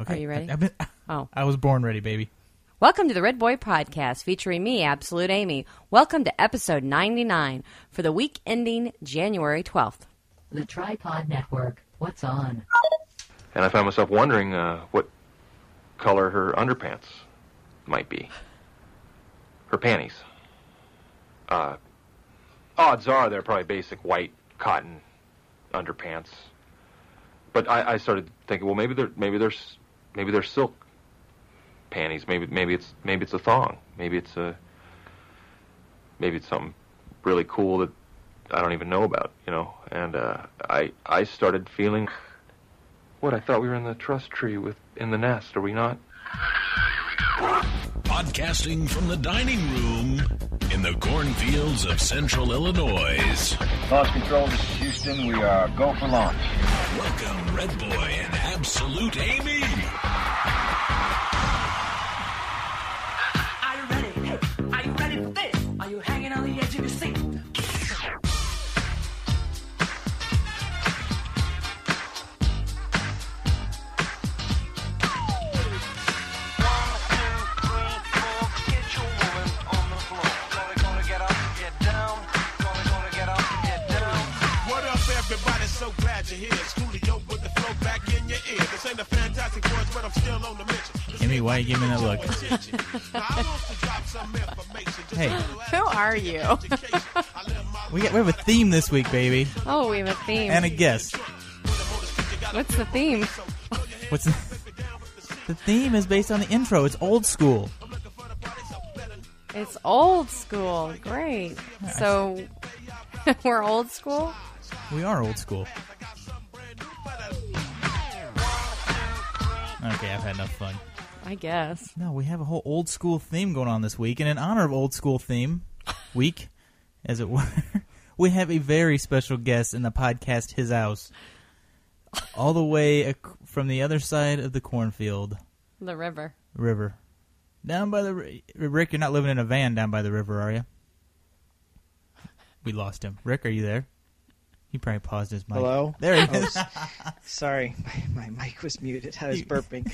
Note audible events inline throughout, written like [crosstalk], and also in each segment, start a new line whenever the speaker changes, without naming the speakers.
Okay.
Are you ready?
I, I've been- [laughs]
Oh.
I was born ready, baby.
Welcome to the Red Boy Podcast featuring me, Absolute Amy. Welcome to episode 99 for the week ending January 12th.
The Tripod Network. What's on?
and I found myself wondering uh, what color her underpants might be. Her panties. Uh, odds are they're probably basic white cotton underpants. But I, I started thinking, well, maybe they're maybe they're s- maybe they're silk panties. Maybe maybe it's maybe it's a thong. Maybe it's a maybe it's something really cool that I don't even know about. You know, and uh, I I started feeling what? I thought we were in the trust tree with in the nest. Are we not?
Podcasting from the dining room in the cornfields of central Illinois.
Launch control, this is Houston. We are go for launch.
Welcome, Red Boy and Absolute Amy.
Are you ready? Hey, are you ready for this? Are you hanging on the edge of your seat?
What up, everybody? So glad you're here. It's Coolio with the flow back in your ear. This ain't a fantastic voice, but I'm still on the mission.
Amy, why you giving that look? Hey.
Who are you?
We, got, we have a theme this week, baby,
Oh, we have a theme.
and a guest.
What's the theme?
What's the, the theme is based on the intro. It's old school.
It's old school. Great. So [laughs] we're old school?
We are old school. Okay, I've had enough fun.
I guess.
No, we have a whole old school theme going on this week, and in honor of old school
[laughs]
theme week, as it were, [laughs] we have a very special guest in the podcast His House, all the way ac- from the other side of the cornfield
The river.
river, down by the ri- Rick. You're not living in a van down by the river, are you? We lost him. Rick, are you there? He probably paused his mic.
Hello?
There [laughs] he
Oh,
is.
s- sorry, [laughs] my, my mic was muted.
[laughs]
I was
You-
burping.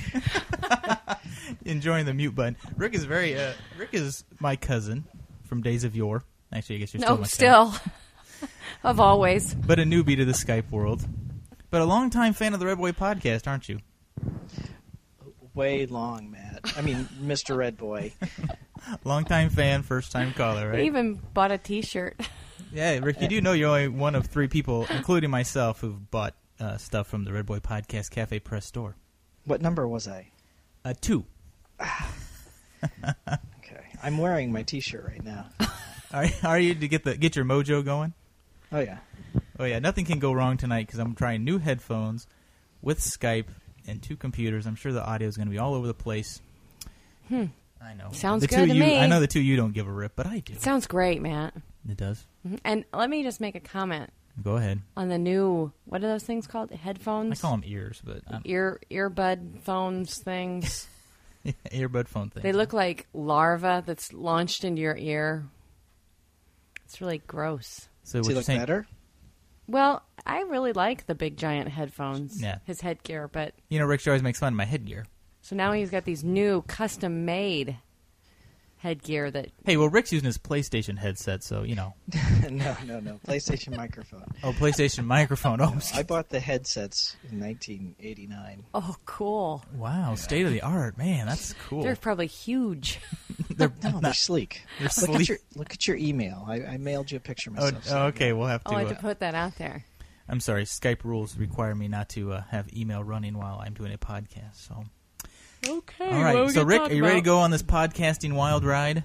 [laughs] enjoying the mute button. Rick is very uh, Rick is my cousin from days of yore. Actually, I guess you're still
No,
my
still. [laughs] of always.
cousin. but a newbie to the Skype world. But a longtime fan of the Red Boy podcast, aren't you?
Way long, Matt. I mean, Mr. Red Boy.
Longtime fan, first time caller, right?
I even bought a t shirt.
yeah, Rick, you do know you're only one of three people, including myself, who've bought uh, stuff from the Red Boy podcast cafe press store.
What number was I?
Uh, two.
Okay, I'm wearing my T-shirt right now.
Are, [laughs] are you to get the get your mojo going?
Oh yeah,
Oh yeah, nothing can go wrong tonight because I'm trying new headphones with Skype and two computers. I'm sure the audio is going to be all over the place. Hmm. I know.
Sounds
the
good
two
to
you,
me.
I know the two you don't give a rip, but I do.
It [laughs] sounds great, Matt.
It does.
And let me just make a comment
Go ahead.
on the new, what are those things called? Headphones?
I call them ears, but um,
ear earbud phones things.
[laughs] earbud phone thing.
They look like larva that's launched into your ear. It's really gross.
So
does
what
he
you're
look
saying?
better? [laughs]
Well, I really like the big giant headphones.
Yeah.
His headgear, but
You know, Rick Shaw always makes fun of my headgear.
so now he's got these new custom made headgear that
Hey, well, Rick's using his PlayStation headset, so you know.
no, no, no. PlayStation microphone. [laughs]
Oh, PlayStation microphone. Oh,
I bought the headsets in 1989.
oh cool.
[laughs] wow, state of the art, man. That's cool.
They're probably huge.
They're
No, they're sleek.
they're
look
sleek.
at your look at your email. I, I mailed you a picture
Oh,
myself.
oh, okay, we'll have to.
I'll have
uh,
to put that out there.
I'm sorry, Skype rules require me not to uh, have email running while I'm doing a podcast. So,
Okay.
all right. So, Rick, are you ready to go on this podcasting wild ride?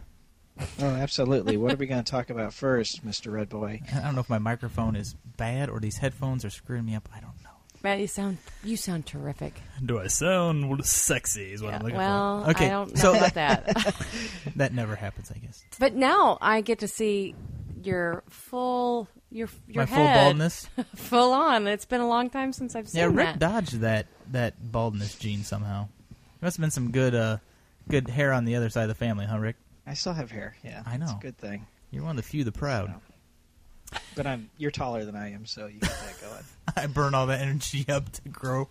Oh, absolutely. What are we going to talk about first, Mr. Red Boy?
I don't know if my microphone is bad or these headphones are screwing me up. I don't know.
Matt, you sound you sound terrific.
Do I sound sexy? Is what I'm looking
Well,
for. Okay,
I don't know
so [laughs]
about that.
that never happens, I guess.
but now I get to see your full your your
my
head
full
[laughs]
baldness.
full on. It's been a long time since I've seen
yeah, Rick
that.
dodged that that baldness gene somehow. There must have been some good uh, good hair on the other side of the family, huh, Rick?
I still have hair. Yeah,
I
It's a
know.
good thing.
You're one of the few, the proud. [laughs]
But I'm you're taller than I am, so you got that going.
[laughs] I burn all that energy up to grow.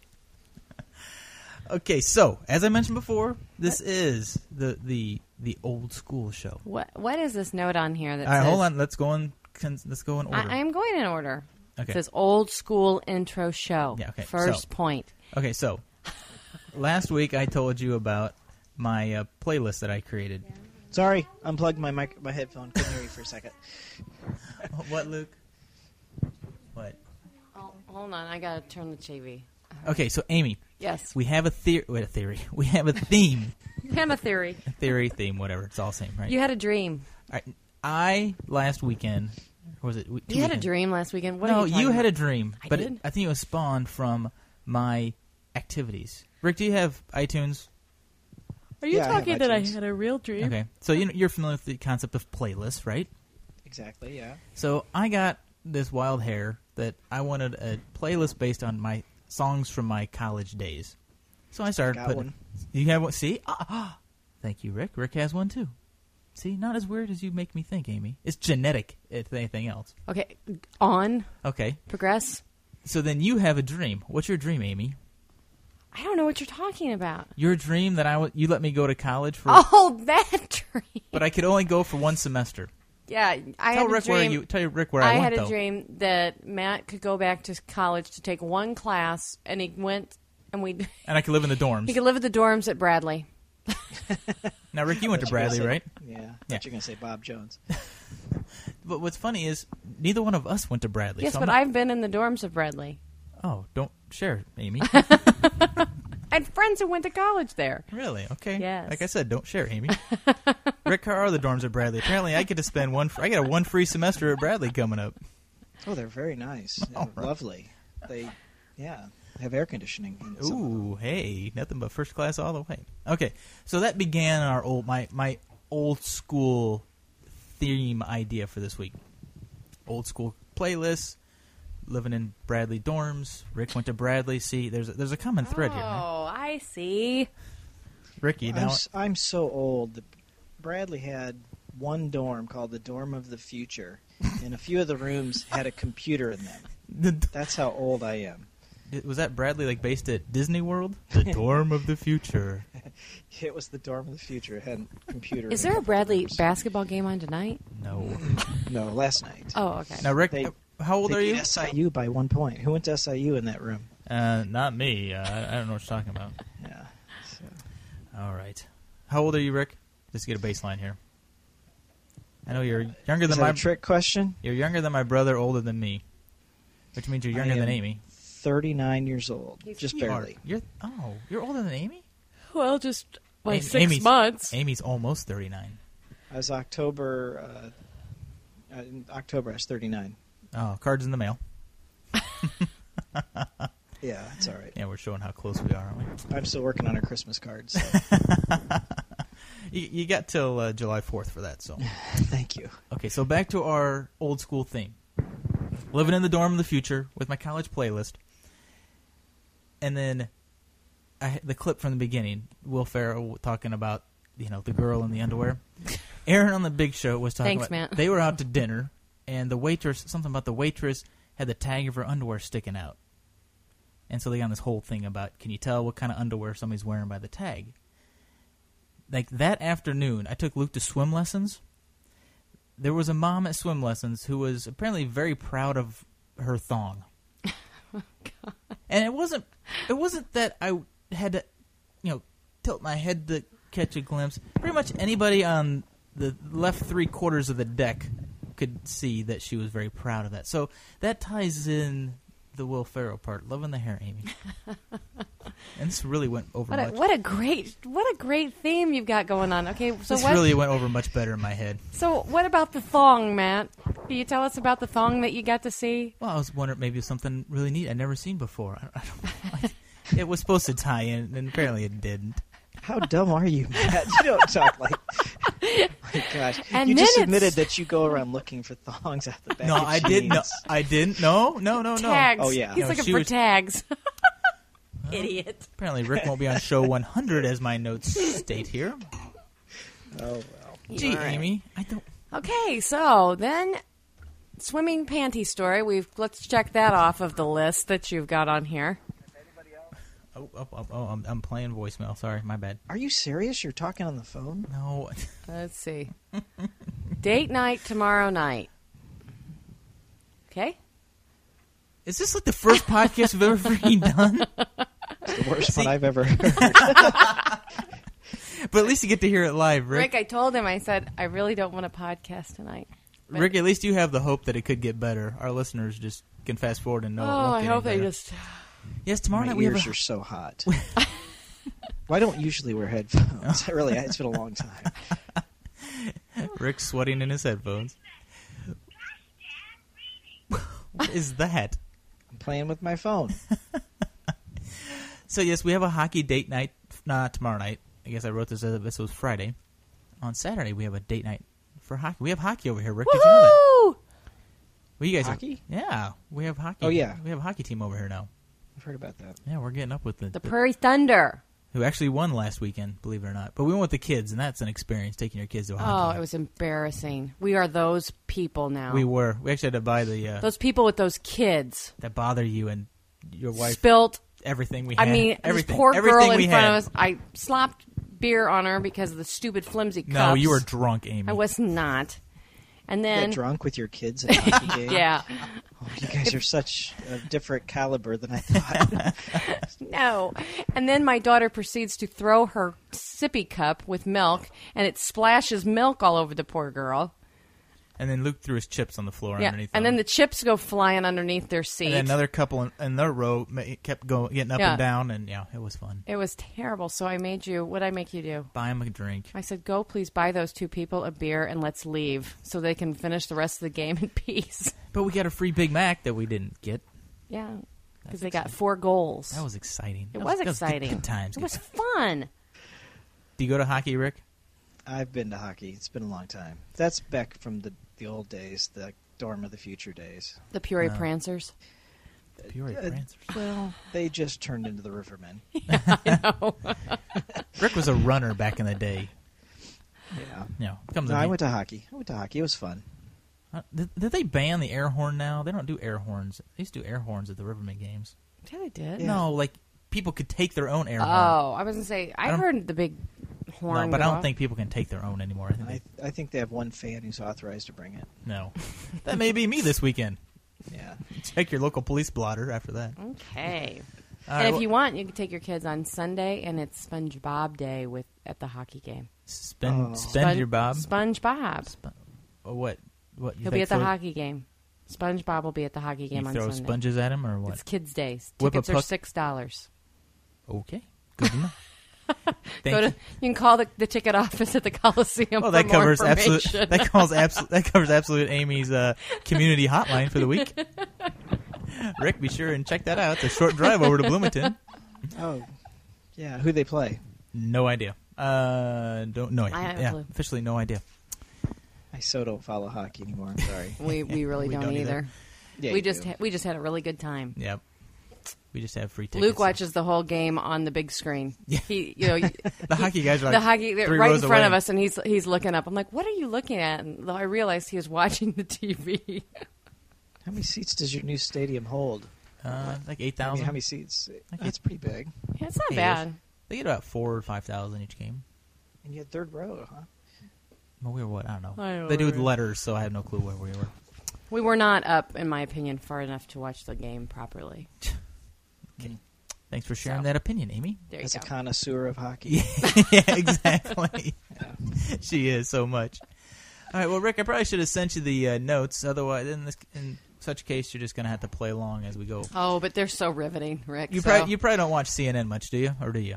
Okay, so as I mentioned before, this is the the the old school show.
What What is this note on here that
All right,
says?
hold on. Let's go in. cons- Let's go in order.
I, I'm going in order.
Okay.
It says old school intro show.
Yeah, okay,
First
so-
point.
Okay,
[laughs]
so last week I told you about my uh, playlist that I created.
[laughs] Sorry, unplugged my mic- my headphone. Couldn't hear you for a second.
What, Luke? What?
Oh, hold on, I gotta turn the TV.
Okay, so Amy,
Yes, we
we have a theory. Wait, a theory. [laughs] We have a theme.
[laughs] have a theory.
theory, theme, whatever. It's all the same, right?
You had
[laughs]
a dream.
All right, I last weekend or was it? we- two
You had a
weekends?
dream last weekend. What
no,
are you, talking
had a
about?
dream,
I
but
did?
It, I think it was spawned from my activities. Rick, do you have iTunes?
Are you
Yeah, I have
talking that I
iTunes.
had a real dream?
Okay, so you know, you're familiar with the concept of playlists, right?
Exactly. Yeah.
So I got this wild hair that I wanted a playlist based on my songs from my college days. So I started
Got
putting.
one.
You have one. See, ah, ah. thank you, Rick. Rick has one too. See, not as weird as you make me think, Amy. It's genetic, if anything else.
Okay, on
Okay,
progress.
so then you have a dream. What's your dream, Amy?
I don't know what you're talking about.
Your dream that I w- you let me go to college for,
Oh, that [laughs] dream.
but I could only go for one semester.
Yeah, I
Tell
had
Rick
a dream.
where you tell Rick where I,
I
went
had a
though.
dream that Matt could go back to college to take one class, and he went, and we [laughs]
and I could live in the dorms.
he could live at the dorms at Bradley.
now, Rick,
[laughs]
you went to Bradley, right?
Yeah. I thought
Yeah.
you're gonna say Bob Jones.
But what's funny is neither one of us went to Bradley.
Yes,
so I'm
but
not-
I've been in the dorms of Bradley.
Oh, don't share,
[laughs]
Amy.
I had friends who went to college there.
really? Okay.
Yes.
Like I said, don't share,
[laughs]
Amy. Rick, how are the dorms at Bradley? Apparently, I get to spend one. I got a one free semester at Bradley coming
[laughs]
up.
Oh, they're very nice.
[laughs]
They're
All right.
Lovely. They, yeah, have air conditioning. In some of them.
Ooh, hey, nothing but first class all the way. Okay, so that began our old my my old school theme idea for this week. Old school playlists, living in Bradley dorms. Rick went to Bradley. See, there's a, there's a common thread
oh,
here. Right?
I see.
Ricky,
I'm,
now
s- I'm so old. that Bradley had one dorm called the Dorm of
[laughs]
the Future, and a few of the rooms had a computer in them. That's how old I am.
was that Bradley like based at Disney World? The dorm of the future.
It was the Dorm of the Future. It had a computer.
Is
in
there a
it.
Bradley basketball game on tonight?
No.
No, last night.
Oh, okay.
Now, Rick,
They-
how old
they
are
beat
you?
SIU by one point. Who went to SIU in that room?
Uh, not me. Uh, I- I don't know what you're talking about.
Yeah. So,
All right. How old are you, Rick? Just to get a baseline here. I know you're younger
is
than
that
my
a trick question?
you're younger than my brother, older than me, which means you're
I
younger than
am
Amy.
Thirty-nine years old,
He's-
just
you are-
barely.
You're oh, you're older than Amy.
well, just like
Amy-
six
Amy's-
months.
Amy's almost thirty nine.
I was October. Uh, uh, in October, I was 39.
Oh, cards in the mail.
Yeah, that's all right.
Yeah, we're showing how close we are, aren't we?
I'm still working on our Christmas cards. So
[laughs]
You, you got till uh, July fourth for that. So
thank you.
okay, so back to our old school theme: living in the dorm of the future with my college playlist, and then I, the clip from the beginning, Will Ferrell talking about you know the girl in the underwear. Aaron on the Big Show was talking
Thanks,
about
Matt.
they were out to dinner, and the waitress something about the waitress had the tag of her underwear sticking out, and so they got on this whole thing about can you tell what kind of underwear somebody's wearing by the tag. Like that afternoon, I took Luke to swim lessons. There was a mom at swim lessons who was apparently very proud of her
[laughs]
thong and it wasn't it wasn't that I had to you know tilt my head to catch a glimpse. Pretty much anybody on the left three quarters of the deck could see that she was very proud of that. So that ties in the Will Ferrell part, loving the hair,
[laughs]
Amy. and this really went over.
What a,
much.
uh, what a great what a great theme you've got going on. Okay, so
this
what
really went over much better in my head.
so what about the thong, Matt? Can you tell us about the thong that you got to see?
Well, I was wondering maybe something really neat I'd never seen before. I, I [laughs] don't. it was supposed to tie in, and apparently it didn't.
How dumb are you, Matt? You don't talk like. oh my gosh.
And
you just
then
admitted
it's-
that you go around looking for thongs out the back.
No,
of
I did. No,
jeans.
I didn't. No, no, no, no.
Tags.
Oh, yeah.
He's
No,
looking
she
for
was-
[laughs] tags. Idiot.
Apparently, Rick won't be on show 100, as my notes state here.
[laughs] Oh, well.
Gee, Amy, I don't.
Okay, so then swimming panty story. We've let's check that off of the list that you've got on here.
Oh, oh, oh, oh I'm, I'm playing voicemail. Sorry, my bad.
Are you serious? You're talking on the phone?
No, [laughs]
Let's see. [laughs] Date night tomorrow night. Okay.
is this like the first podcast we've ever freaking
[laughs]
done?
It's the worst one I've ever heard.
But at least you get to hear it live,
Rick,
Rick.
I told him, I said, I really don't want a podcast tonight.
Rick, at least you have the hope that it could get better. Our listeners just can fast forward and know. it
oh,
won't
I
get any
hope they
better.
just.
Yes, tomorrow
My
night we have.
ears
a-
are
[laughs]
so hot. well, I don't usually wear
[laughs]
headphones. [laughs] I really, it's been a long time.
Rick's sweating in his headphones. what is that?
I'm playing with my phone.
So yes, we have a hockey date night. Nah, tomorrow night. I guess I wrote this. as This was Friday. On Saturday we have a date night for hockey. We have hockey over here, Rick. Did you know that?
Woohoo!
Well, you guys have-
Hockey?
yeah, we have hockey.
Oh, yeah.
we have a hockey team over here now.
I've heard about that.
Yeah, we're getting up with the,
The Prairie Thunder.
who actually won last weekend, believe it or not. But we went with the kids, and that's an experience taking your kids to a
Oh,
hockey.
it was embarrassing. We are those people now.
we were. We actually had to buy the uh,
those people with those kids.
that bother you and your wife
Spilt.
everything we
I
had.
mean,
everything.
this poor
everything
girl
we
in front
had.
of us. I slopped beer on her because of the stupid flimsy cups.
No, you were drunk, Amy.
I was not. And
You
then,
Get drunk with your
[laughs]
kids at a hockey game. Oh,
yeah,
You guys are such a different caliber than
[laughs]
I thought.
no. And then my daughter proceeds to throw her sippy cup with milk, and it splashes milk all over the poor girl.
And then Luke threw his chips on the floor
Yeah,
underneath.
and
them.
then the chips go flying underneath their seat.
And then another couple in, in their row ma- kept going, getting up
Yeah.
and down, and yeah, it was fun.
it was terrible. So I made you. What I make you do?
Buy them a drink.
I said, "Go, please buy those two people a beer and let's leave, so they can finish the rest of the game in [laughs] peace."
But we got a free Big Mac that we didn't get.
Yeah, because they got four goals.
That was exciting.
it
That
was,
that good-
exciting.
Good, times.
It
good
was
times.
fun.
Do you go to hockey, Rick?
I've been to hockey. It's been a long time. That's back from the, the old days, the dorm of the future days.
The Peoria Prancers.
Peoria
Uh,
Prancers.
Well,
They just turned into
[laughs]
the Rivermen.
Rick was a runner back in the day.
Yeah.
You know, comes
No,
in
I
the-
went to hockey. I went to hockey. It was fun.
Uh, did, did they ban the air horn now? They don't do air horns. They used to do air horns at the Riverman games.
yeah, they did.
No, like people could take their own air horn.
Oh, I was gonna say I,
don't-
heard the big horn.
No, but I
go
don't
off.
think people can take their own anymore. I think
I, I think they have one fan who's authorized to bring it.
they, no. [laughs] that may be me this weekend.
Yeah.
Check your local police blotter after that.
Okay.
All
and
right,
if
well-
you want, you can take your kids on Sunday, and it's SpongeBob Day with at the hockey game.
Spend
Oh.
spend your bob.
SpongeBob.
Oh, what? What? You
He'll be
think
at the
Floyd-
hockey game. SpongeBob will be at the hockey game
You
on
throw
Sunday.
sponges at him or what?
It's kids' days.
Whip a
Tickets are
puck-
six dollars.
Okay, good enough. Thank
[laughs] Go to
you.
you can call the, the ticket office at the Coliseum.
Well,
for
that
more
covers absolute.
information.
That covers absolute. That covers absolute. Amy's uh, community hotline for the
[laughs]
week. Rick, be sure and check that out. It's a short drive over to Bloomington.
Oh, yeah. Who they play?
No idea. Uh, don't know.
I have a
yeah,
clue.
officially no idea.
I so don't follow hockey anymore.
[laughs]
I'm sorry.
we we really
We
don't,
don't either.
either.
Yeah,
we
you
just
do.
ha- we just had a really good time.
Yep. We just have free tickets.
Luke watches the whole game on the big screen. He, you know,
the hockey guys. Are like
the hockey they're
three
right in
rows
front of
away.
us, and he's he's looking up. I'm like, "What are you looking at?" And I realized he was [laughs] watching the TV.
How many seats does your new stadium hold?
Uh, like eight
I mean,
thousand.
how many seats? That's pretty big.
Yeah, it's not
Yes.
bad.
They get about four or five thousand each game.
And you had third row, huh?
Well, we were what? I don't know.
I don't
they do
know.
with letters, so I have no clue where we were.
We were not up, in my opinion, far enough to watch the game properly.
Thanks for sharing
So.
that opinion, Amy.
[laughs]
[laughs]
There you
As a
go.
connoisseur of hockey.
yeah, exactly. [laughs] she is so much. All right, well, Rick, I probably should have sent you the uh, notes. Otherwise, in this in such case, you're just going to have to play along as we go.
oh, but they're so riveting, Rick.
You
so-
probably you probably don't watch CNN much, do you, or do you?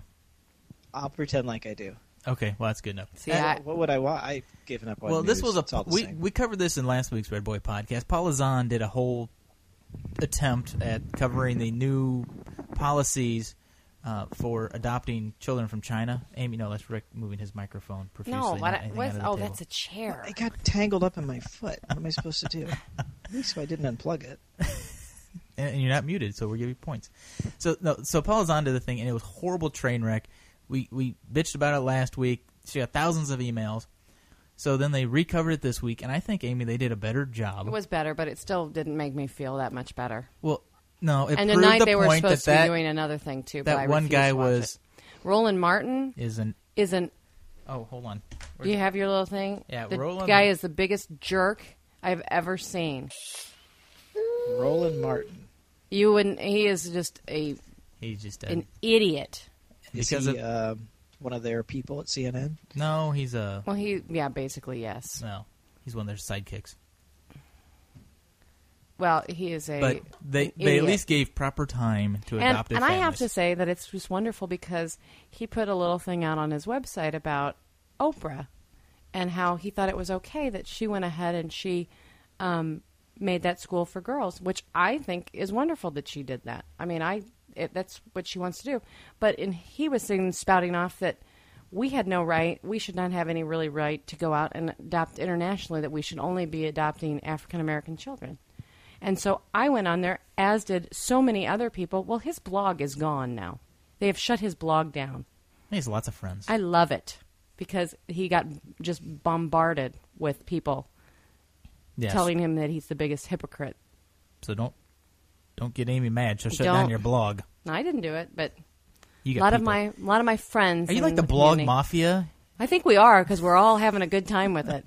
I'll pretend like I do.
Okay, well, that's good enough.
see, I,
What would I want? I've given up on
well, this was
news.
a
It's all the
we
same.
we covered this in last week's Red Boy podcast. Paul Azan did a whole attempt at covering the new policies uh, for adopting children from China. Amy, no, that's Rick moving his microphone profusely.
no,
not
what, I-
anything
what?
out of the
Oh,
table.
that's a chair.
I got tangled up in my foot. What am I supposed
[laughs]
to do? At least I didn't unplug it.
and, and you're not muted, so we'll give you points. So no, so Paula's onto the thing, and it was a horrible train wreck. We we bitched about it last week. She got thousands of emails. So then they recovered it this week, and I think Amy they did a better job.
It was better, but it still didn't make me feel that much better.
well, No, it
and
proved
tonight
the
they were
point that
supposed to
that,
be doing another thing too. but I
that one
refuse
guy
to watch
was
it. Roland Martin
is an.
is an.
Oh, hold on. Where's
You
it?
have your little thing.
Yeah,
the
Roland-
guy is the biggest jerk I've ever seen.
Roland Martin.
You wouldn't. He is just a
He's just dead.
an idiot.
Is
Because
he
of-
um, one of their people at CNN?
no, he's a.
Well, he yeah, basically yes.
No, he's one of their sidekicks.
Well, he is a.
But they
an
they at
idiot.
least gave proper time to
and,
adopt adoptive
and I have to
families.
say that it's just wonderful because he put a little thing out on his website about Oprah and how he thought it was okay that she went ahead and she um, made that school for girls, which I think is wonderful that she did that. I mean, I it, that's what she wants to do. But and he was saying, spouting off that we had no right, we should not have any really right to go out and adopt internationally. That we should only be adopting African American children. And so I went on there, as did so many other people. Well, his blog is gone now. They have shut his blog down.
he has lots of friends.
I love it because he got just bombarded with people
yes.
telling him that he's the biggest hypocrite.
So don't don't get Amy mad. She'll shut down
Don't.
your blog.
No, I didn't do it, but
You
a
got
lot of
people.
my a lot of my friends.
Are you
in
like the blog
community-
mafia?
I think we are because we're all having a good time with
[laughs]
it.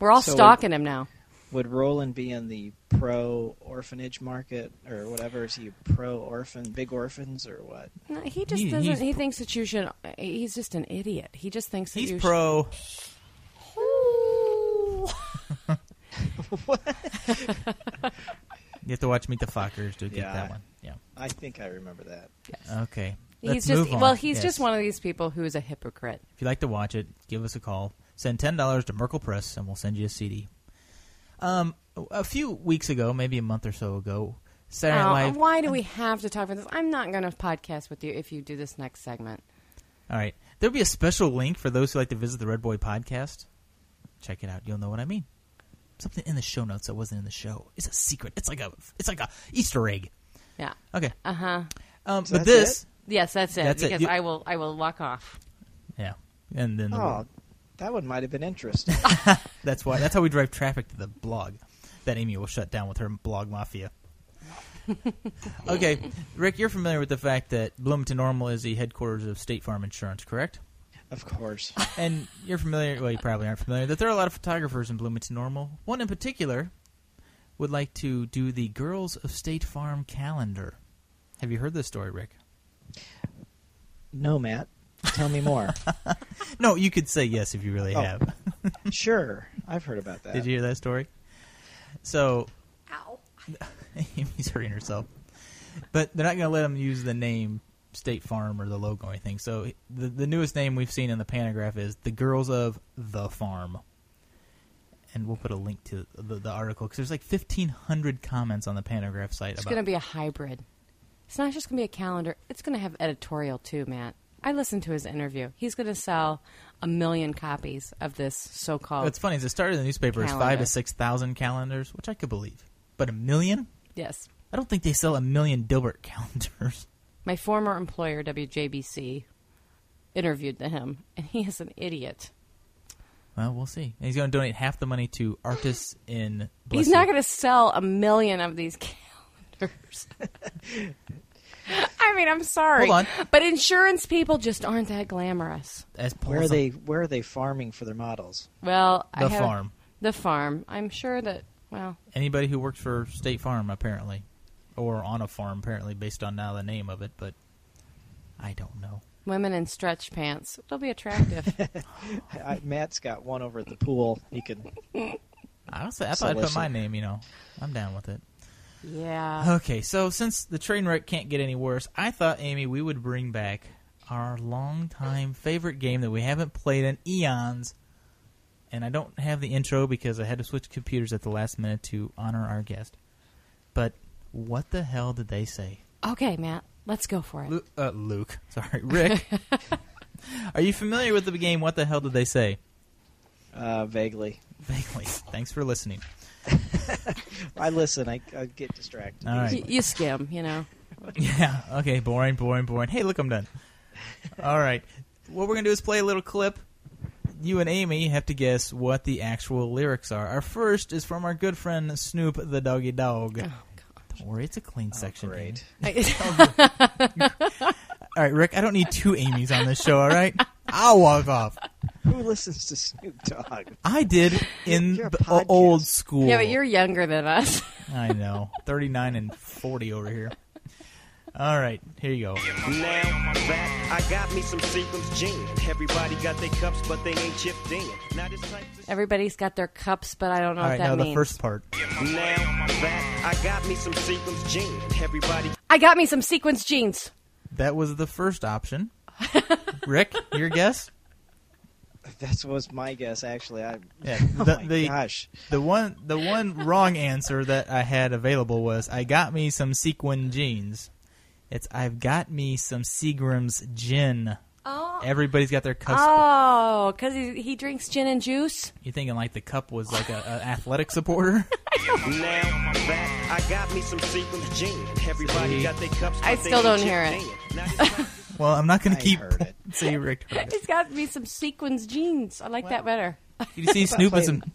We're all
So-
stalking him now.
Would Roland be in the pro orphanage market or whatever? Is he pro orphan, big orphans or what?
No, he just
He- he's-
doesn't. He thinks that you should. He's just an idiot. He just thinks that
He's
you should-
pro. You have to watch Meet the Fockers to get
Yeah.
that one. Yeah.
I think I remember that.
Okay.
he's
[laughs] Let's
just
move on.
well. He's
Yes.
just one of these people who is a hypocrite.
If you'd like to watch it, give us a call. Send ten dollars to Merkle Press, and we'll send you a CD. Um, a few weeks ago, maybe a month or so ago, Saturday
Oh,
Night Live.
why do we have to talk about this? I'm not going to podcast with you if you do this next segment.
All right, there'll be a special link for those who like to visit the Red Boy podcast. Check it out; you'll know what I mean. Something in the show notes that wasn't in the show. It's a secret. It's like a it's like a Easter egg.
Yeah.
Okay,
Uh huh.
um,
So
but
that's
this,
Yes, that's it.
That's it.
because
You-
I will, I will walk off.
yeah, and then the,
Oh, that one might have been interesting.
That's why. That's how we drive traffic to the blog. That Amy will shut down with her blog mafia. okay, Rick, you're familiar with the fact that Bloomington Normal is the headquarters of State Farm Insurance, correct?
of course.
And you're familiar. Well, you probably aren't familiar that there are a lot of photographers in Bloomington Normal. One in particular would like to do the Girls of State Farm calendar. Have you heard this story, Rick?
No, Matt. Tell me more.
No, you could say yes if you really
Oh.
have.
sure. I've heard about that.
Did you hear that story? So, [laughs] Amy's hurting herself, but they're not going to let them use the name State Farm or the logo or anything. So the the newest name we've seen in the pantograph is the Girls of the Farm, and we'll put a link to the, the article because there's like 1,500 comments on the pantograph site
It's
about.
going to be a hybrid. It's not just going to be a calendar. It's going to have editorial too, Matt. I listened to his interview. He's going to sell a million copies of this so-called.
What's funny is it started in the newspaper as five
Calendar.
to six thousand calendars, which I could believe, but a million?
yes,
I don't think they sell a million Dilbert [laughs] calendars.
my former employer WJBC interviewed him, and he is an idiot.
Well, we'll see. And he's going to donate half the money to artists in.
He's not going to sell a million of these [laughs] calendars. [laughs] I mean, I'm sorry,
Hold on.
but insurance people just aren't that glamorous.
to. As Paul
Where are
Sun-
they? Where are they farming for their models?
Well, I
The
have-
farm.
the farm. I'm sure that. Well,
Anybody who works for State Farm, apparently, or on a farm, apparently, based on now the name of it, but I don't know.
women in stretch pants. It'll be attractive.
I, I, Matt's got one over at the pool. He can.
I, was, I thought I'd put
Solicit.
my name. You know, I'm down with it.
yeah.
Okay, so since the train wreck can't get any worse, I thought Amy we would bring back our longtime favorite game that we haven't played in eons. And I don't have the intro because I had to switch computers at the last minute to honor our guest. But what the hell did they say?
Okay, Matt. Let's go for it.
Lu- uh, Luke, [laughs] sorry, Rick. Are you familiar with the game? What the hell did they say?
Uh, vaguely.
Vaguely. Thanks for listening.
I listen. I, I get distracted.
All right.
Y- you skim. You know.
[laughs] Yeah. Okay. Boring. Boring. Boring. Hey, look, I'm done. All right. What we're gonna do is play a little clip. You and Amy have to guess what [laughs] the actual lyrics are. Our first is from our good friend Snoop the Doggy Dog.
Oh, God.
Or it's a clean section. Amy.
Great.
[laughs]
All right, Rick. I don't need two Amy's on this show. All
[laughs]
right, I'll walk off.
Who listens to Snoop Dogg?
I did in
You're a
the
podcast.
old school.
Yeah, but you're younger than us. [laughs]
I know. 39 and 40 over here. All right, here you go.
Now back, I got me some Seagram's gin. Everybody got their cups, but they ain't chipped in. Now this type of
Everybody's got their cups, but I don't know
All right,
what that
now the
means.
first part.
now back, I got me some Seagram's gin. Everybody
I got me some sequence jeans.
That was the first
[laughs]
option. Rick, your guess?
[laughs] That was my guess, actually. I,
Yeah.
[laughs] oh
The,
my
the,
gosh.
the one the one wrong answer that I had available was I got me some sequin jeans. It's I've got me some Seagram's gin.
Oh.
Everybody's got their cups.
Oh, because he, he drinks gin and juice.
You thinking like the cup was like a, a athletic
[laughs]
supporter?
now back, I got me some Seagram's gin. Everybody
See?
got their cups, but
I
they
still
ain't
don't
chipped
hear it.
in. Now this type of
well, I'm not going
I
to keep [laughs]
heard it.
say Rick. Heard it.
He's got me some sequins jeans. I like that better.
You see Snoop with
playing-
some.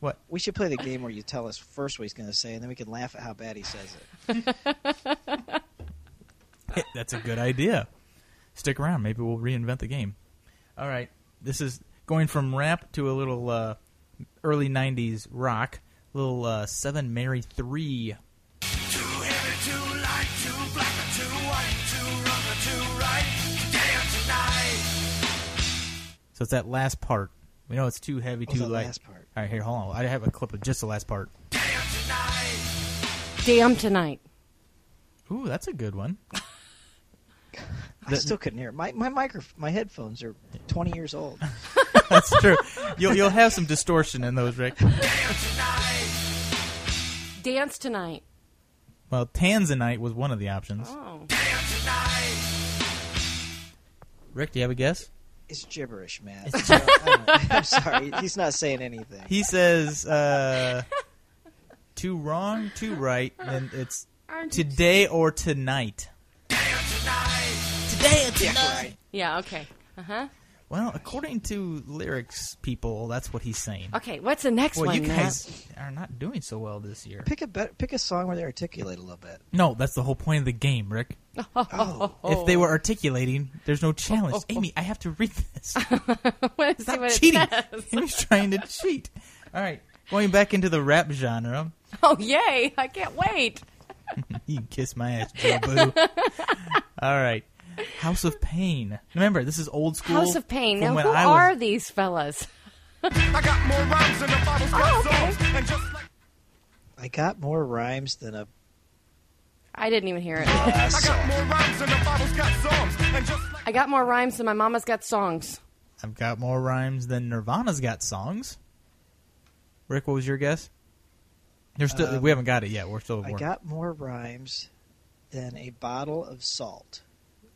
What?
[laughs] We should play the game where you tell us first what he's going to say, and then we can laugh at how bad he says it.
[laughs] That's a good idea. Stick around. Maybe we'll reinvent the game. All right. This is going from rap to a little uh, early 90s rock. Little uh, 7 Mary 3.
Too heavy, too light, too black or too white, too wrong or too right. Damn tonight.
So it's that last part. We know it's too heavy,
was
too
that
light.
last part?
All right, here, hold on. I have a clip of just the last part.
Damn tonight.
Ooh, that's a good one.
I still couldn't hear. it. My my micro, my headphones are 20 years old.
That's true. You'll you'll have some distortion in those, Rick.
Dance tonight.
Well, Tanzanite was one of the options.
Oh.
Rick, do you have a guess?
It's gibberish, man. So, I don't- [laughs] I'm sorry. He's not saying anything.
He says, uh, too wrong, too right, and it's today or tonight. Today or tonight.
Yeah, okay. Uh huh.
Well, according to lyrics people, that's what he's saying.
Okay, what's the next
Well,
one?
you
Matt?
guys are not doing so well this year.
Pick a better, pick a song where they articulate a little bit.
No, that's the whole point of the game, Rick.
Oh,
If they were articulating, there's no
Oh,
challenge. Amy, I have to read
[laughs]
this.
Wanna see
Stop
[laughs] what it
cheating.
says?
Amy's trying to cheat. All right, going back into the rap genre.
[laughs] Oh, yay. I can't wait.
You can kiss my ass, Joe Boo.
[laughs]
All right. House of Pain. Remember, this is old school.
House of Pain.
from
Now,
when
who
I
are
was-
these fellas? Oh,
I got more rhymes than the Bible's got
okay.
songs, and just like
I got more rhymes than a
I didn't even hear it.
I got more rhymes than the Bible's got songs, and just like
I got more rhymes than my mama's got songs.
I've got more rhymes than Nirvana's got songs. Rick, what was your guess? There's still we haven't got it yet. We're still.
I
working.
got more rhymes than a bottle of salt.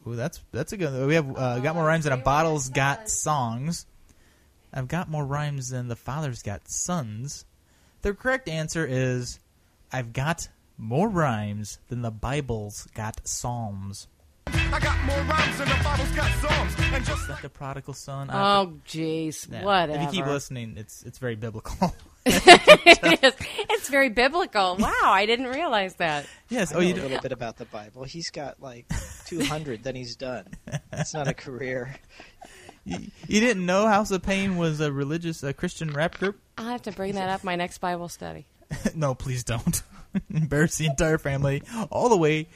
Ooh, that's that's a good. We have uh, got more rhymes than a bottle's got songs. I've got more rhymes than the father's got sons. The correct answer is, I've got more rhymes than the Bible's got psalms.
I got more rhymes than the Bible's got songs, and just like
The prodigal son.
Um,
I-
Oh, jeez.
Uh, Yeah.
Whatever.
If you keep listening, it's it's very biblical. [laughs]
it is. [laughs] It's very biblical. Wow, I didn't realize that.
yes.
I
Oh,
know
you
a
do.
little bit about the Bible. He's got like 200 Then he's done. It's not a career.
You didn't know House of Pain was a religious a Christian rap group?
I'll have to bring that up my next Bible study.
no, please don't. [laughs] Embarrass the entire family all the way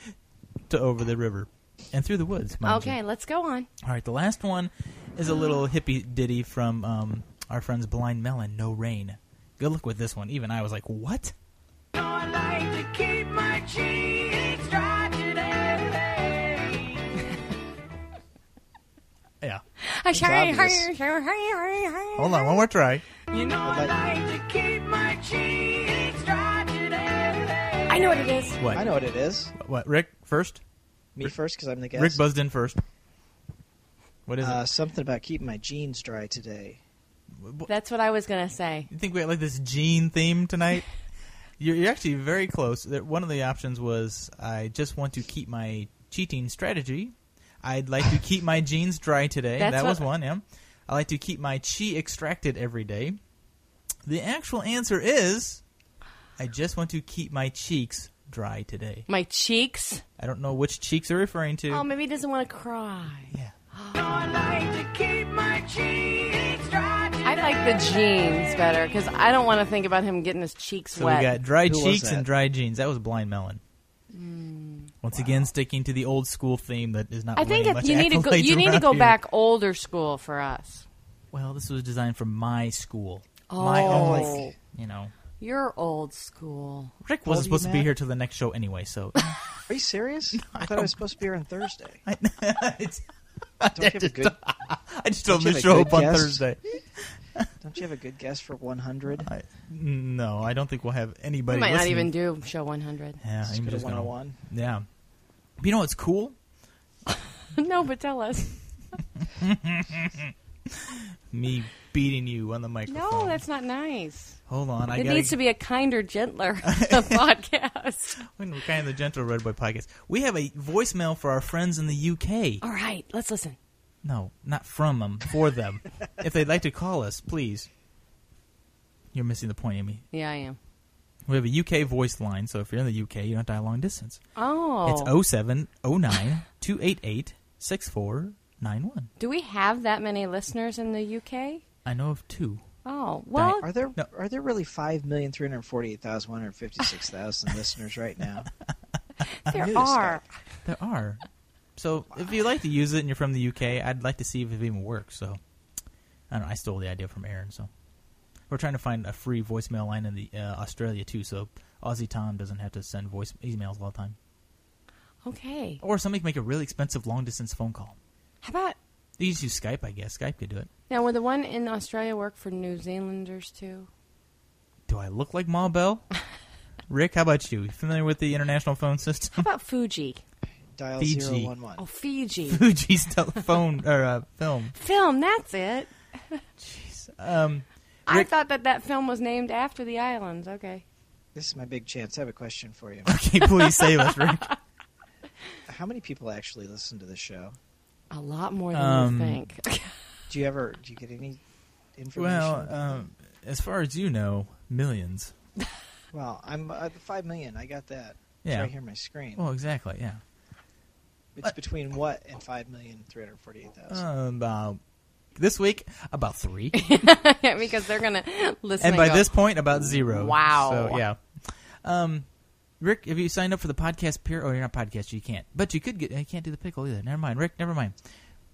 to over the river and through the woods. mind you.
Okay, let's go on.
All right, the last one is a little hippie ditty from um, our friends Blind Melon, No Rain. Good luck with this one. Even I was like, what? Yeah.
I'm sorry.
obvious.
Hold on, one more try.
I'd like-
I know what it is.
What?
I know what it is.
What, Rick, first?
Me first because I'm the guest.
Rick buzzed in first. What is
uh,
it?
something about keeping my jeans dry today.
That's what I was gonna say.
You think we had like this gene theme
[laughs]
tonight? you're, you're actually very close. There- One of the options was I just want to keep my cheating strategy. I'd like to keep my jeans dry today.
That's
that
what-
was one, yeah. I like to keep my chi extracted every day. The actual answer is I just want to keep my cheeks dry today.
My cheeks.
I don't know which cheeks are referring to.
Oh, maybe he doesn't want to cry.
Yeah.
I like the jeans better because I don't want to think about him getting his cheeks
so
wet.
we got dry
Who was
cheeks
that?
and dry jeans. That was Blind Melon. Once again, sticking to the old school theme that is not.
Hmm. I think
winning
if
much
you need to go,
accolades
you need to
around
go
here.
back older school for us.
Well, this was designed for my school, my
Oh.
own. You know,
You're old school.
Rick
Well,
wasn't supposed
you
to be
mad?
here till the next show anyway, so [laughs]
Are you serious? I thought I was supposed to be here on Thursday.
[laughs] it's,
Don't you have a good,
I just told
you
him to
have a
show
good
up on
guess?
Thursday.
don't you have a good guess for 100?
I, no, I don't think we'll have anybody.
We might not
listening.
even do
[laughs]
show 100.
Yeah,
Just
I'm
go to
just gonna-
101.
Yeah, but you know what's cool?
no, but tell us.
Me beating you on the microphone.
No, that's not nice.
Hold on, I
it
gotta
needs to be a
[laughs]
kinder, gentler [laughs] podcast.
When we're kind of the gentle Red Boy podcast, we have a voicemail for our friends in the UK.
All right, let's listen.
No, not from them, for them. if they'd like to call us, please. You're missing the point, Amy.
Yeah, I am.
We have a UK voice line, so if you're in the UK, you don't dial long distance.
Oh,
It's 0709 288 6491.
do we have that many listeners in the UK?
I know of two.
Oh, well,
Are there
No.
are there really 5,348,156,000 listeners right now?
there
knew this
are.
There are. So if you'd like to use it and you're from the UK, I'd like to see if it even works. So I don't know. I stole the idea from Aaron. So we're trying to find a free voicemail line in the uh, Australia too. So Aussie Tom doesn't have to send voice emails all the time.
Okay,
Or somebody can make a really expensive long distance phone call.
how about
You just use Skype, I guess. Skype could do it.
now? Would the one in Australia work for New Zealanders too?
Do I look like Ma Bell? Rick, how about you? You Familiar with the international phone system? [laughs]
How about Fuji?
Dial
Fiji.
011.
Oh,
[laughs]
Fiji
Fuji's telephone or uh, film.
film. That's it.
Um, [laughs]
I
Rick-
thought that that film was named after the islands. Okay.
This is my big chance. I have a question
[laughs]
for you.
okay, please save us, Rick.
How many people actually listen to the show?
A lot more than
Um,
you think. [laughs]
Do you ever do you get any information?
Well, um, as far as you know, millions.
well, I'm uh, 5 million. I got that. It's
Yeah.
right here on my screen.
Well, exactly. Yeah.
it's between what and 5,348,000?
Uh. About this week, about three,
Yeah, because they're gonna listen.
and by
go,
this point, about zero.
Wow.
So yeah. Um, Rick, have you signed up for the podcast peer? Oh, you're not podcast. You can't. But you could get. I can't do the pickle either. Never mind, Rick. Never mind.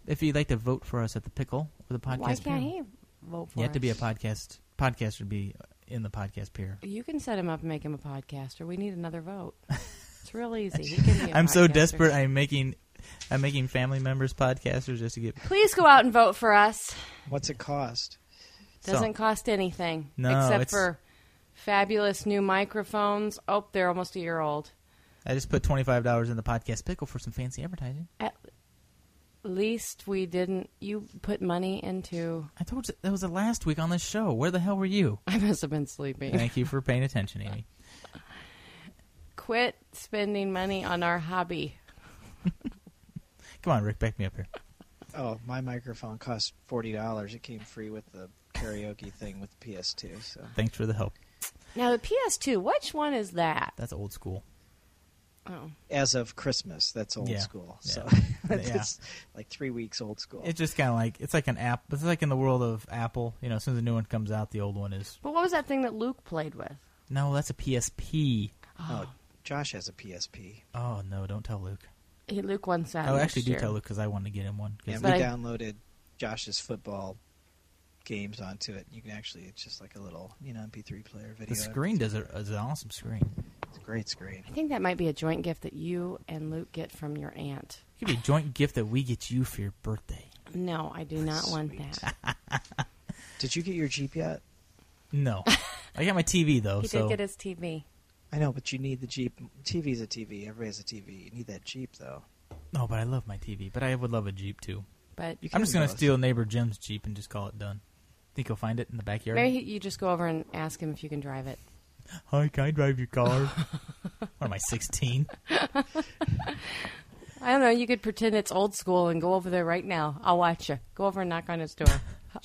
If you'd like to vote for us at the pickle or the podcast,
why can't
peer,
he vote for?
you have to be a
us?
podcast. Podcast would be in the podcast peer.
You can set him up and make him a podcaster. We need another vote.
[laughs]
It's real easy. He can be a
I'm so
podcaster.
desperate. I'm making. I'm making family members podcasters just to get
Please go out and vote for us.
What's it cost?
Doesn't cost anything
No,
except
it's-
for fabulous new microphones. Oh, they're almost a year old.
I just put twenty five dollars in the podcast pickle for some fancy advertising.
At least we didn't. You put money into. [laughs]
I told you that was the last week on this show. Where the hell were you?
I must have been sleeping.
Thank you for paying attention, Amy.
Quit spending money on our hobby.
Come on, Rick, back me up here.
Oh, my microphone cost forty dollars. It came free with the karaoke thing with PS2. So
Thanks for the help.
Now the PS2. Which one is that?
That's old school.
as of Christmas, that's old
Yeah.
school. So [laughs]
Yeah.
that's
Yeah.
like three weeks old school.
It's just kind of like it's like an app. It's like in the world of Apple. You know, as soon as a new one comes out, the old one is
But what was that thing that Luke played with?
no. That's a PSP.
oh,
Ah.
Josh has a PSP.
Oh no! Don't tell Luke.
He Luke won Saturday.
Oh, I would actually
next
do
year.
tell Luke because I wanted to get him one. 'cause-
And
But
we
I-
downloaded Josh's football games onto it. You can actually, it's just like a little, you know, MP3 player video.
The screen does a, is an awesome screen.
It's a great screen.
I think that might be a joint gift that you and Luke get from your aunt.
It could be a joint gift that we get you for your birthday.
No, I do not want that.
[laughs]
Did you get your Jeep yet?
[laughs]
No, I got my TV though.
He
Oh, so
did get his TV.
I know, but you need the Jeep. TV's a TV. Everybody has a TV. You need that Jeep though.
no, Oh, but I love my TV. But I would love a Jeep too.
But
You can
I'm just gonna
both.
steal neighbor Jim's Jeep and just call it done. Think he'll find it in the backyard?
maybe he- you just go over and ask him if you can drive it.
Hi, can I drive your
[laughs]
car? what am I, 16?
I don't know. You could pretend it's old school and go over there right now. I'll watch you. Go over and knock on his door.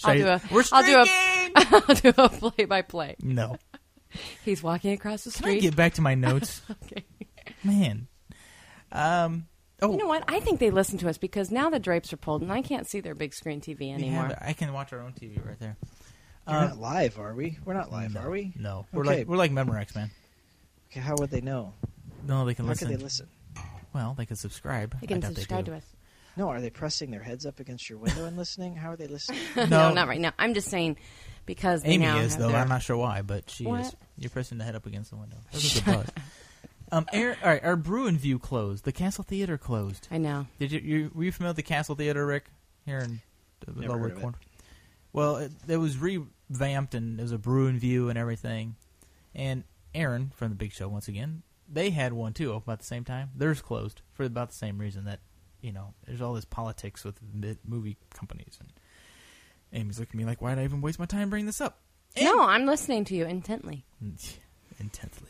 I'll
I-
do a.
We're
I'll do a. [laughs] I'll do a play by play.
No.
He's walking across the
Can I
street. [laughs]
get back to my notes?
Okay.
Man. Um, oh,
You know what? I think they listen to us because now the drapes are pulled and I can't see their big screen TV
we
anymore.
have- I can watch our own TV right there.
We're
Um,
not live, are we? We're not live, are we?
No, we're
okay.
like we're like Memorex, man.
okay, how would they know?
No, they can
How
listen.
could they listen?
Well, they can subscribe.
They
I
can
doubt
subscribe
do.
to us.
No, are they pressing their heads up against your window and listening? How are they
[laughs]
listening?
No.
No.
not right now. I'm just saying because they
Amy
now
is
have
though.
their-
I'm not sure why, but she
What?
is. You're pressing the head up against the window. That's a
[laughs]
good buzz. Um, air, all right, our Bruin View closed. The Castle Theater closed.
I know.
Did you, you were you familiar with the Castle Theater, Rick? Here in the
Never
Lower
heard of it.
Corn. Well, it, it was revamped and it was a Bruin View and everything. And Aaron from the Big Show once again, they had one too about the same time. Theirs closed for about the same reason that you know there's all this politics with mi- movie companies. And Amy's looking at me like, why did I even waste my time bringing this up? [laughs]
No, I'm listening to you intently.
Intensely.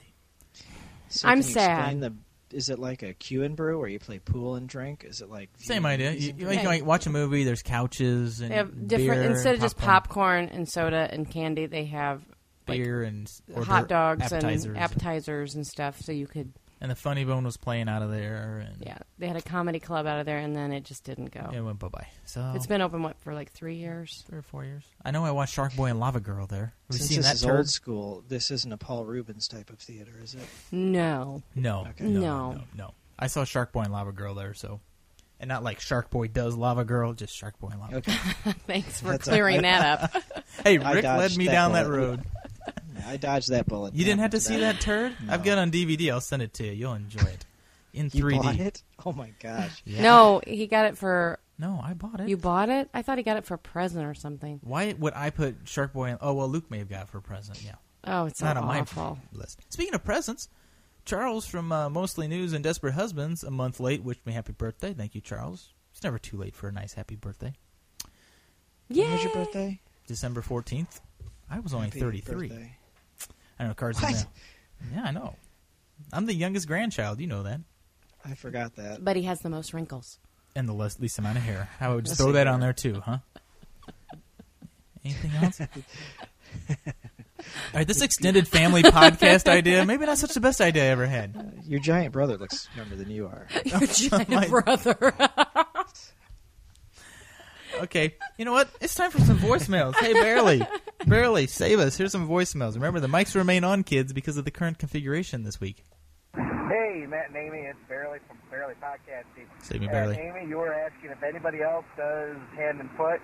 So
I'm
can you explain
sad.
The, is it like a Q and brew where you play pool and drink? Is it like
Same
viewing
idea.
movies
You,
and
you,
drink?
like, like watch a movie. There's couches and
They have different
beer
instead of
and
just popcorn and soda and candy, they have like
beer and s- hors
hot
d'oeuvre-
dogs
appetizers
and appetizers and stuff. So you could,
and the funny bone was playing out of there and
yeah, they had a comedy club out of there, and then it just didn't go.
it went bye bye. So
It's been open what for like three years.
three or four years. I know I watched Shark Boy and Lava Girl there. Have you
Since
seen
this
that
is
turd?
old school, this isn't a Paul Rubens type of theater, is it?
No, [laughs]
No,
Okay.
no,
No.
no, no. I saw Shark Boy and Lava Girl there, so and not like Shark Boy does Lava Girl, just Shark Boy and Lava.
[laughs]
Okay,
thanks for
That's
clearing that
[laughs]
up.
Girl. Hey,
I
Rick led
dodged
me
that
down that
bullet.
road.
I dodged that bullet.
You
Damn,
didn't have to
was
see
[laughs]
that turd. I've got it on DVD. I'll send it to you. You'll enjoy it in
You
three
bought
D.
it? Oh my gosh!
No, he got it for
No, I bought it.
you bought it. I thought he got it for a present or something.
Why would I put Shark Boy? In, oh well, Luke may have got it for a present. Yeah,
Oh, it's
it's not
so
on my
awful.
list. Speaking of presents, Charles from uh, Mostly News and Desperate Husbands, a month late, wished me happy birthday. Thank you, Charles. It's never too late for a nice happy birthday.
Yeah,
When was your birthday?
December fourteenth. I was only
Happy
thirty-three.
birthday.
I know cards in
What?
there. Yeah, I know. I'm the youngest grandchild. You know that,
I forgot that.
but he has the
[laughs]
most wrinkles. [laughs]
and the least, least amount of hair. I would just
Let's
throw
see
that
here.
on there too, huh? Anything
[laughs]
else? All right, this extended family podcast idea maybe not such the best idea I ever had.
Your giant brother looks younger than you are.
Your giant
my-
brother.
[laughs] Okay, you know what? It's time for some voicemails. Hey, Barely. Barely, save us. Here's some voicemails. Remember, the mics remain on, kids, because of the current configuration this week.
Hey, Matt and Amy, it's Barely from Barely Podcast Team.
Save me,
Uh,
Barely.
Amy, you were asking if anybody else does hand and foot.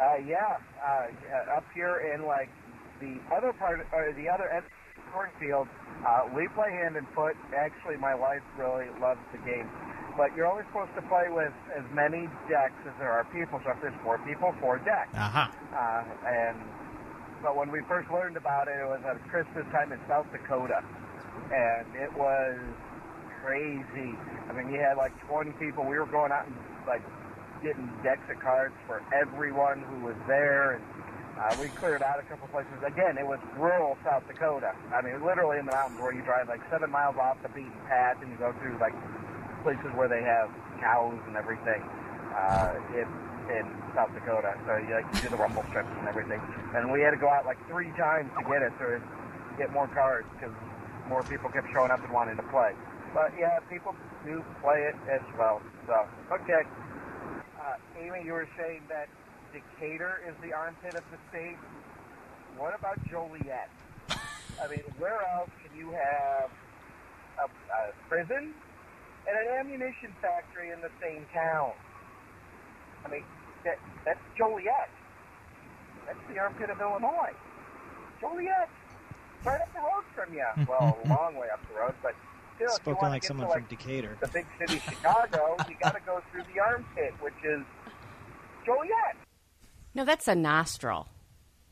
Uh, yeah, uh, uh, up here in like the other part or the other end of the cornfield, uh, we play hand and foot. Actually, my wife really loves the game, but you're only supposed to play with as many decks as there are people. So if there's four people, four decks.
Aha.
Uh, and but when we first learned about it, it was at Christmas time in South Dakota, and it was crazy. I mean, you had like 20 people. We were going out and like getting decks of cards for everyone who was there, and uh, we cleared out a couple places. Again, it was rural South Dakota. I mean, literally in the mountains where you drive like seven miles off the beaten path, and you go through like places where they have cows and everything uh, in, in South Dakota. So you like do the rumble strips and everything. And we had to go out like three times to get it to get more cards because more people kept showing up and wanting to play. But yeah, people do play it as well. So okay, uh, Amy, you were saying that Decatur is the armpit of the state. What about Joliet? I mean, where else can you have a, a prison and an ammunition factory in the same town. I mean, that, that's Joliet. That's the armpit of Illinois. Joliet, right up the road from
[laughs]
you. Well, a long way up the road, but still, if
Spoken
you want
like
to get
someone
to,
from
like,
Decatur.
the big city, Chicago, you got to go through the armpit, which is Joliet.
No, that's a nostril.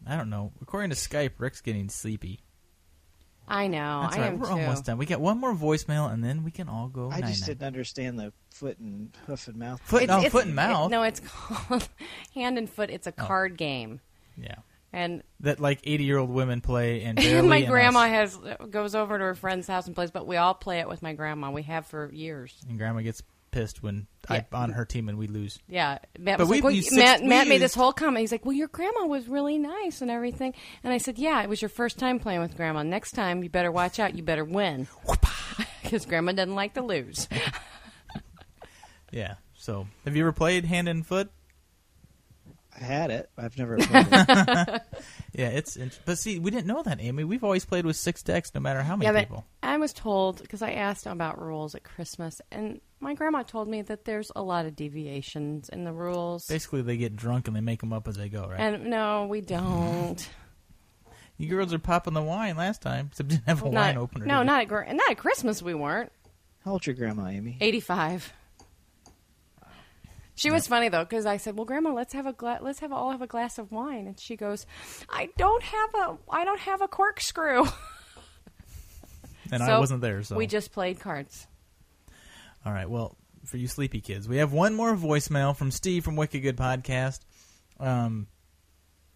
I don't know. According to Skype, Rick's getting sleepy.
I know.
That's
Oh,
all
I
right.
am
We're
too.
almost done. We got one more voicemail, and then we can all go.
I just
nine-nine.
didn't understand the foot and hoof and mouth.
Foot,
It's-
no,
it's-
foot and mouth. Oh.
it- no, it's called [laughs] hand and foot. It's a card game,
Yeah,
and [laughs]
that like eighty-year-old women play, and, barely
and my
and us.
grandma has goes over to her friend's house and plays. But we all play it with my grandma. We have for years.
and grandma gets pissed when
Yeah.
I on her team and we lose.
Yeah, Matt
But
was like,
we've
well,
used six-
Matt,
we
Matt made this
used-
whole comment. He's like, "Well, your grandma was really nice and everything," [laughs] and I said, "Yeah, it was your first time playing with grandma. Next time, you better watch out. You better win." because Grandma doesn't like to lose.
Yeah. So, have you ever played Hand and Foot?
I had it. I've
[laughs]
never played it.
yeah, it's. Int- but see, we didn't know that, Amy. We've always played with six decks, no matter how many
yeah, but
people.
I was told because I asked about rules at Christmas, and my grandma told me that there's a lot of deviations in the rules.
Basically, they get drunk and they make them up as they go, right?
And no, we don't.
you girls are popping the wine last time, except didn't have a
Not-
wine opener.
No,
did you?
not at, Gra- not at Christmas. We weren't.
How old's your grandma, Amy?
85. She was funny though because I said, "Well, Grandma, let's have a gla- let's have all have a glass of wine," and she goes, "I don't have a I don't have a corkscrew."
[laughs] And I
So,
wasn't there, so
we just played cards.
All right. Well, for you sleepy kids, we have one more voicemail from Steve from Wicked Good Podcast. Um,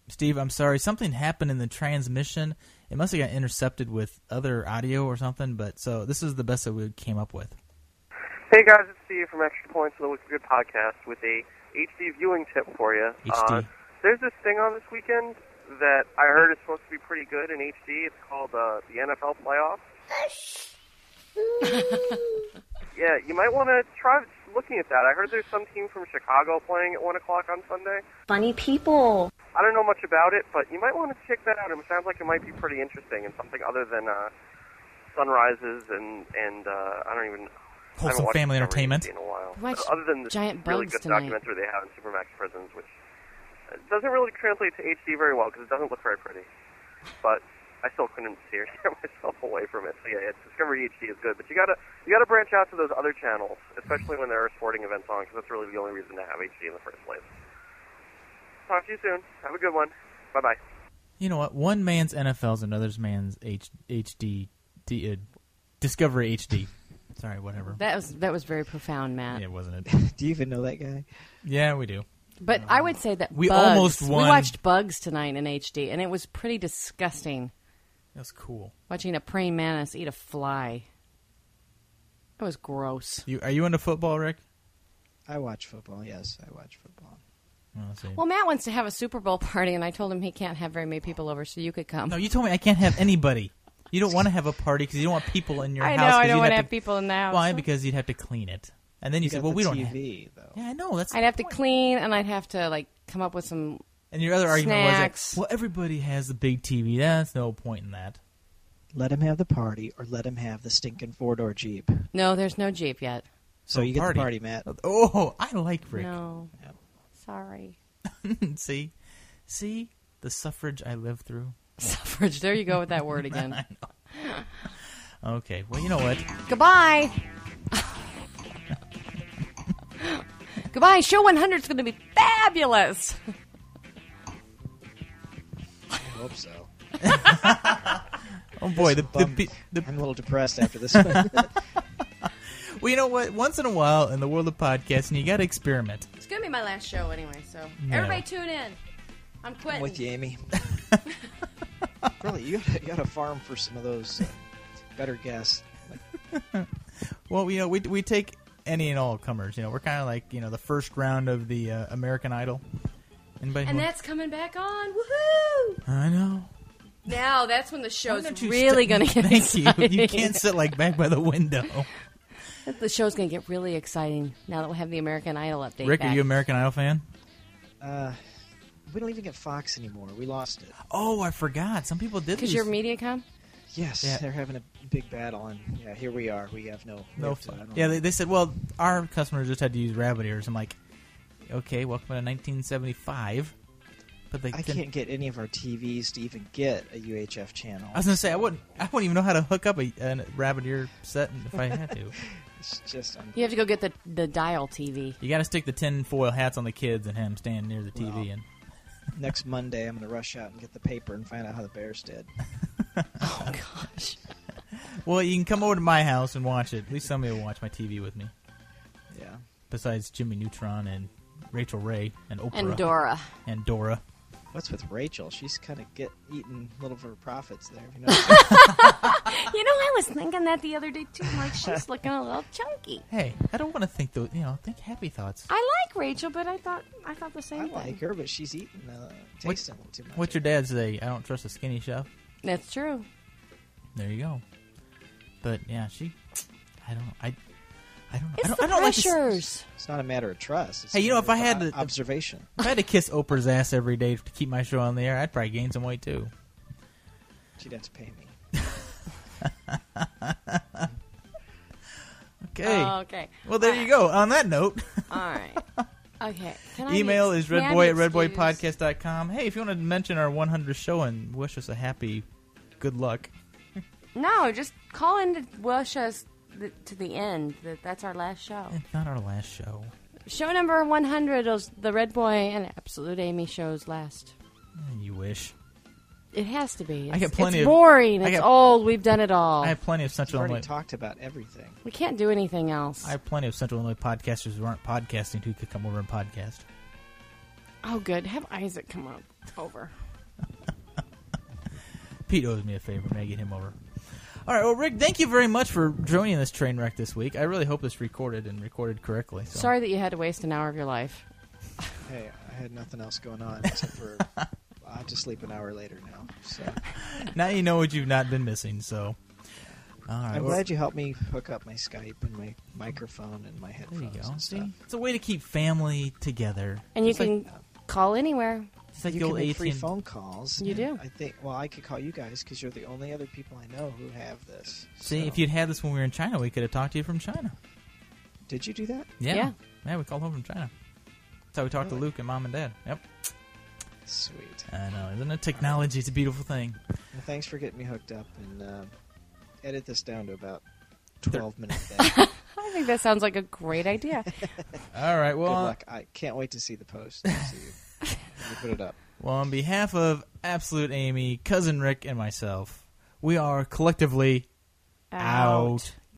Steve, I'm sorry. Something happened in the transmission. It must have got intercepted with other audio or something, but so this is the best that we came up with.
Hey guys, it's Steve from Extra Points of the Wicked Good Podcast with a HD viewing tip for Uh, you.
Uh,
HD.
there's this thing on this weekend that I heard is supposed to be pretty good in HD. It's called uh, the NFL
[laughs]
playoffs. yeah, you might want to try looking at that. I heard there's some team from Chicago playing at one o'clock on Sunday.
Funny people.
I don't know much about it, but you might want to check that out. It sounds like it might be pretty interesting and something other than uh, sunrises and and uh, I don't even I haven't
Wholesome
watched
family
Discovery
entertainment.
in a while.
We watched
other than this
giant
really
bugs
good
tonight.
documentary they have in Supermax Prisons, which uh, doesn't really translate to HD very well because it doesn't look very pretty. But I still couldn't [laughs] steer steer myself away from it. So yeah, it's, Discovery HD is good, but you gotta you gotta branch out to those other channels, especially when there are sporting events on, because that's really the only reason to have HD in the first place. Talk to you soon. Have a good one. Bye bye.
You know what? One man's NFL is another man's H- HD D- uh, Discovery HD. [laughs] Sorry, whatever.
That was that was very profound, Matt.
Yeah, wasn't it?
[laughs] Do you even know that guy?
Yeah, we do.
But I would say that
We
Bugs-
almost won.
We watched Bugs tonight in HD, and it was pretty disgusting.
That's cool.
Watching a praying mantis eat a fly. It was gross.
You are you into football, Rick?
I watch football. Yes, I watch football.
Well, Matt wants to have a Super Bowl party, and I told him he can't have very many people over, so you could come.
No, you told me I can't have anybody. You don't want to have a party because you don't want people in your
I know,
house. 'cause
I don't
you'd
want to
have
have people in the house.
Why? Because you'd have to clean it, and then you,
You
said,
got
"Well,
the
we don't have."
TV, though.
Yeah, I know. That's
I'd have to clean, and I'd have to like come up with some.
And your other argument
snacks.
was like, "Well, everybody has the big TV. That's no point in that."
Let him have the party, or let him have the stinking four door jeep.
No, there's no Jeep yet.
So you get the party, Matt.
Oh, I like Rick.
No, sorry. [laughs]
See, see the suffrage I lived through.
Suffrage. There you go with that word again.
I know. Okay. Well, you know what? [laughs]
Goodbye. Goodbye. Show 100 is going to be fabulous.
I hope so.
Oh boy, the, the,
bummed.
pe- the
I'm a little depressed after this one.
well, you know what? Once in a while, in the world of podcasting, you got to experiment.
It's going to be my last show anyway, so
No.
everybody tune in. I'm quitting.
I'm with you, Amy. really, you gotta, you gotta farm for some of those uh, better guests.
Well, you know, we we take any and all comers. You know, we're kind of like you know the first round of the uh, American Idol. Anybody?
And
who-
that's coming back on. Woohoo!
I know.
Now that's when the show's
Don't you st-
really going to get
[laughs] Thank
exciting.
you. You can't sit like back by the window.
The show's going to get really exciting now that we have the American Idol update.
Rick,
back.
are you American Idol fan?
Uh, we don't even get Fox anymore. We lost it.
Oh, I forgot. Some people did.
Because
lose-
you're MediaCom?
Yes,
Yeah.
they're having a big battle, and yeah, here we are. We have no.
No,
fun.
fun. yeah, they, they said, well, our customers just had to use rabbit ears. I'm like, okay, welcome to 1975. But they
I
couldn't-
can't get any of our TVs to even get a UHF channel.
I was gonna say I wouldn't. I wouldn't even know how to hook up a, a rabbit ear set if I had
[laughs]
to.
It's just un-
You have to go get the, the dial TV.
you got to stick the tin foil hats on the kids and have them stand near the TV. and
next Monday. I'm gonna rush out and get the paper and find out how the Bears
[laughs]
did.
Oh, gosh.
well, you can come over to my house and watch it. At least somebody will watch my TV with me.
Yeah.
Besides Jimmy Neutron and Rachel Ray and Oprah
And Dora.
and Dora.
What's with Rachel? She's kind of get eating little of her profits there.
[laughs]
You know?
You know, I was thinking that the other day, too. I'm like, she's looking a little chunky.
Hey, I don't want to think those. You know, think happy thoughts.
I like Rachel, but I thought I thought the same
I
thing.
like her, but she's eating uh, tasting a little too much.
What's your dad say? I don't trust a skinny chef.
That's true.
There you go. But yeah, she I don't. I. I don't. know.
It's
I don't,
the
I don't like to s-
pressures.
It's not a matter of trust. It's
Hey, you know,
a
if I had
matter of
to-
observation,
If I had to kiss Oprah's ass every day to keep my show on the air, I'd probably gain some weight too.
she'd have to pay me.
Okay.
Oh, okay.
Well, there you go. On that
[laughs]
note,
All right.
[laughs]
Okay. Can I
email
be-
is
may I be
redboy at
excused?
redboypodcast.com. Hey, if you want to mention our 100th show and wish us a happy good luck,
No, just call in to wish us the, to the end. That that's our last show.
not our last show.
Show number one hundred is the Red Boy and Absolute Amy shows last.
Eh, You wish.
It has to be. It's,
I get plenty
it's
of-
boring.
I
It's
get-
old. We've done it all.
I have plenty of
We've
Central
already
Illinois.
talked about everything.
we can't do anything else.
I have plenty of Central Illinois podcasters who aren't podcasting who could come over and podcast.
oh, good. Have Isaac come up over.
Pete owes me a favor. May I get him over? All right. Well, Rick, thank you very much for joining this train wreck this week. I really hope this recorded and recorded correctly. So.
Sorry that you had to waste an hour of your life.
Hey, I had nothing else going on except
[laughs]
for I have to sleep an hour later now. So
Now you know what you've not been missing. So. All right.
I'm
well-
glad you helped me hook up my Skype and my microphone and my headphones.
There you go.
and stuff.
See? It's a way to keep family together.
And you
It's
can call anywhere.
It's like
you
the
can
old
make free
AT&T.
phone calls.
You
and
do.
I think. Well, I could call you guys because you're the only other people I know who have this.
See,
So-
if you'd had this when we were in China, we could have talked to you from China.
did you do that?
Yeah.
Yeah.
Yeah, we called home from China. That's how we talked to
Really?
Luke and mom and dad. Yep.
Sweet.
I know. Isn't it technology? It's a beautiful thing.
Well, thanks for getting me hooked up and uh, edit this down to about twelve minutes. Then.
I think that sounds like a
[laughs]
great idea.
All right. Well,
Good
on-
luck. I can't wait to see the post. and See you. when you put it up.
well, on behalf of Absolute Amy, Cousin Rick, and myself, we are collectively out.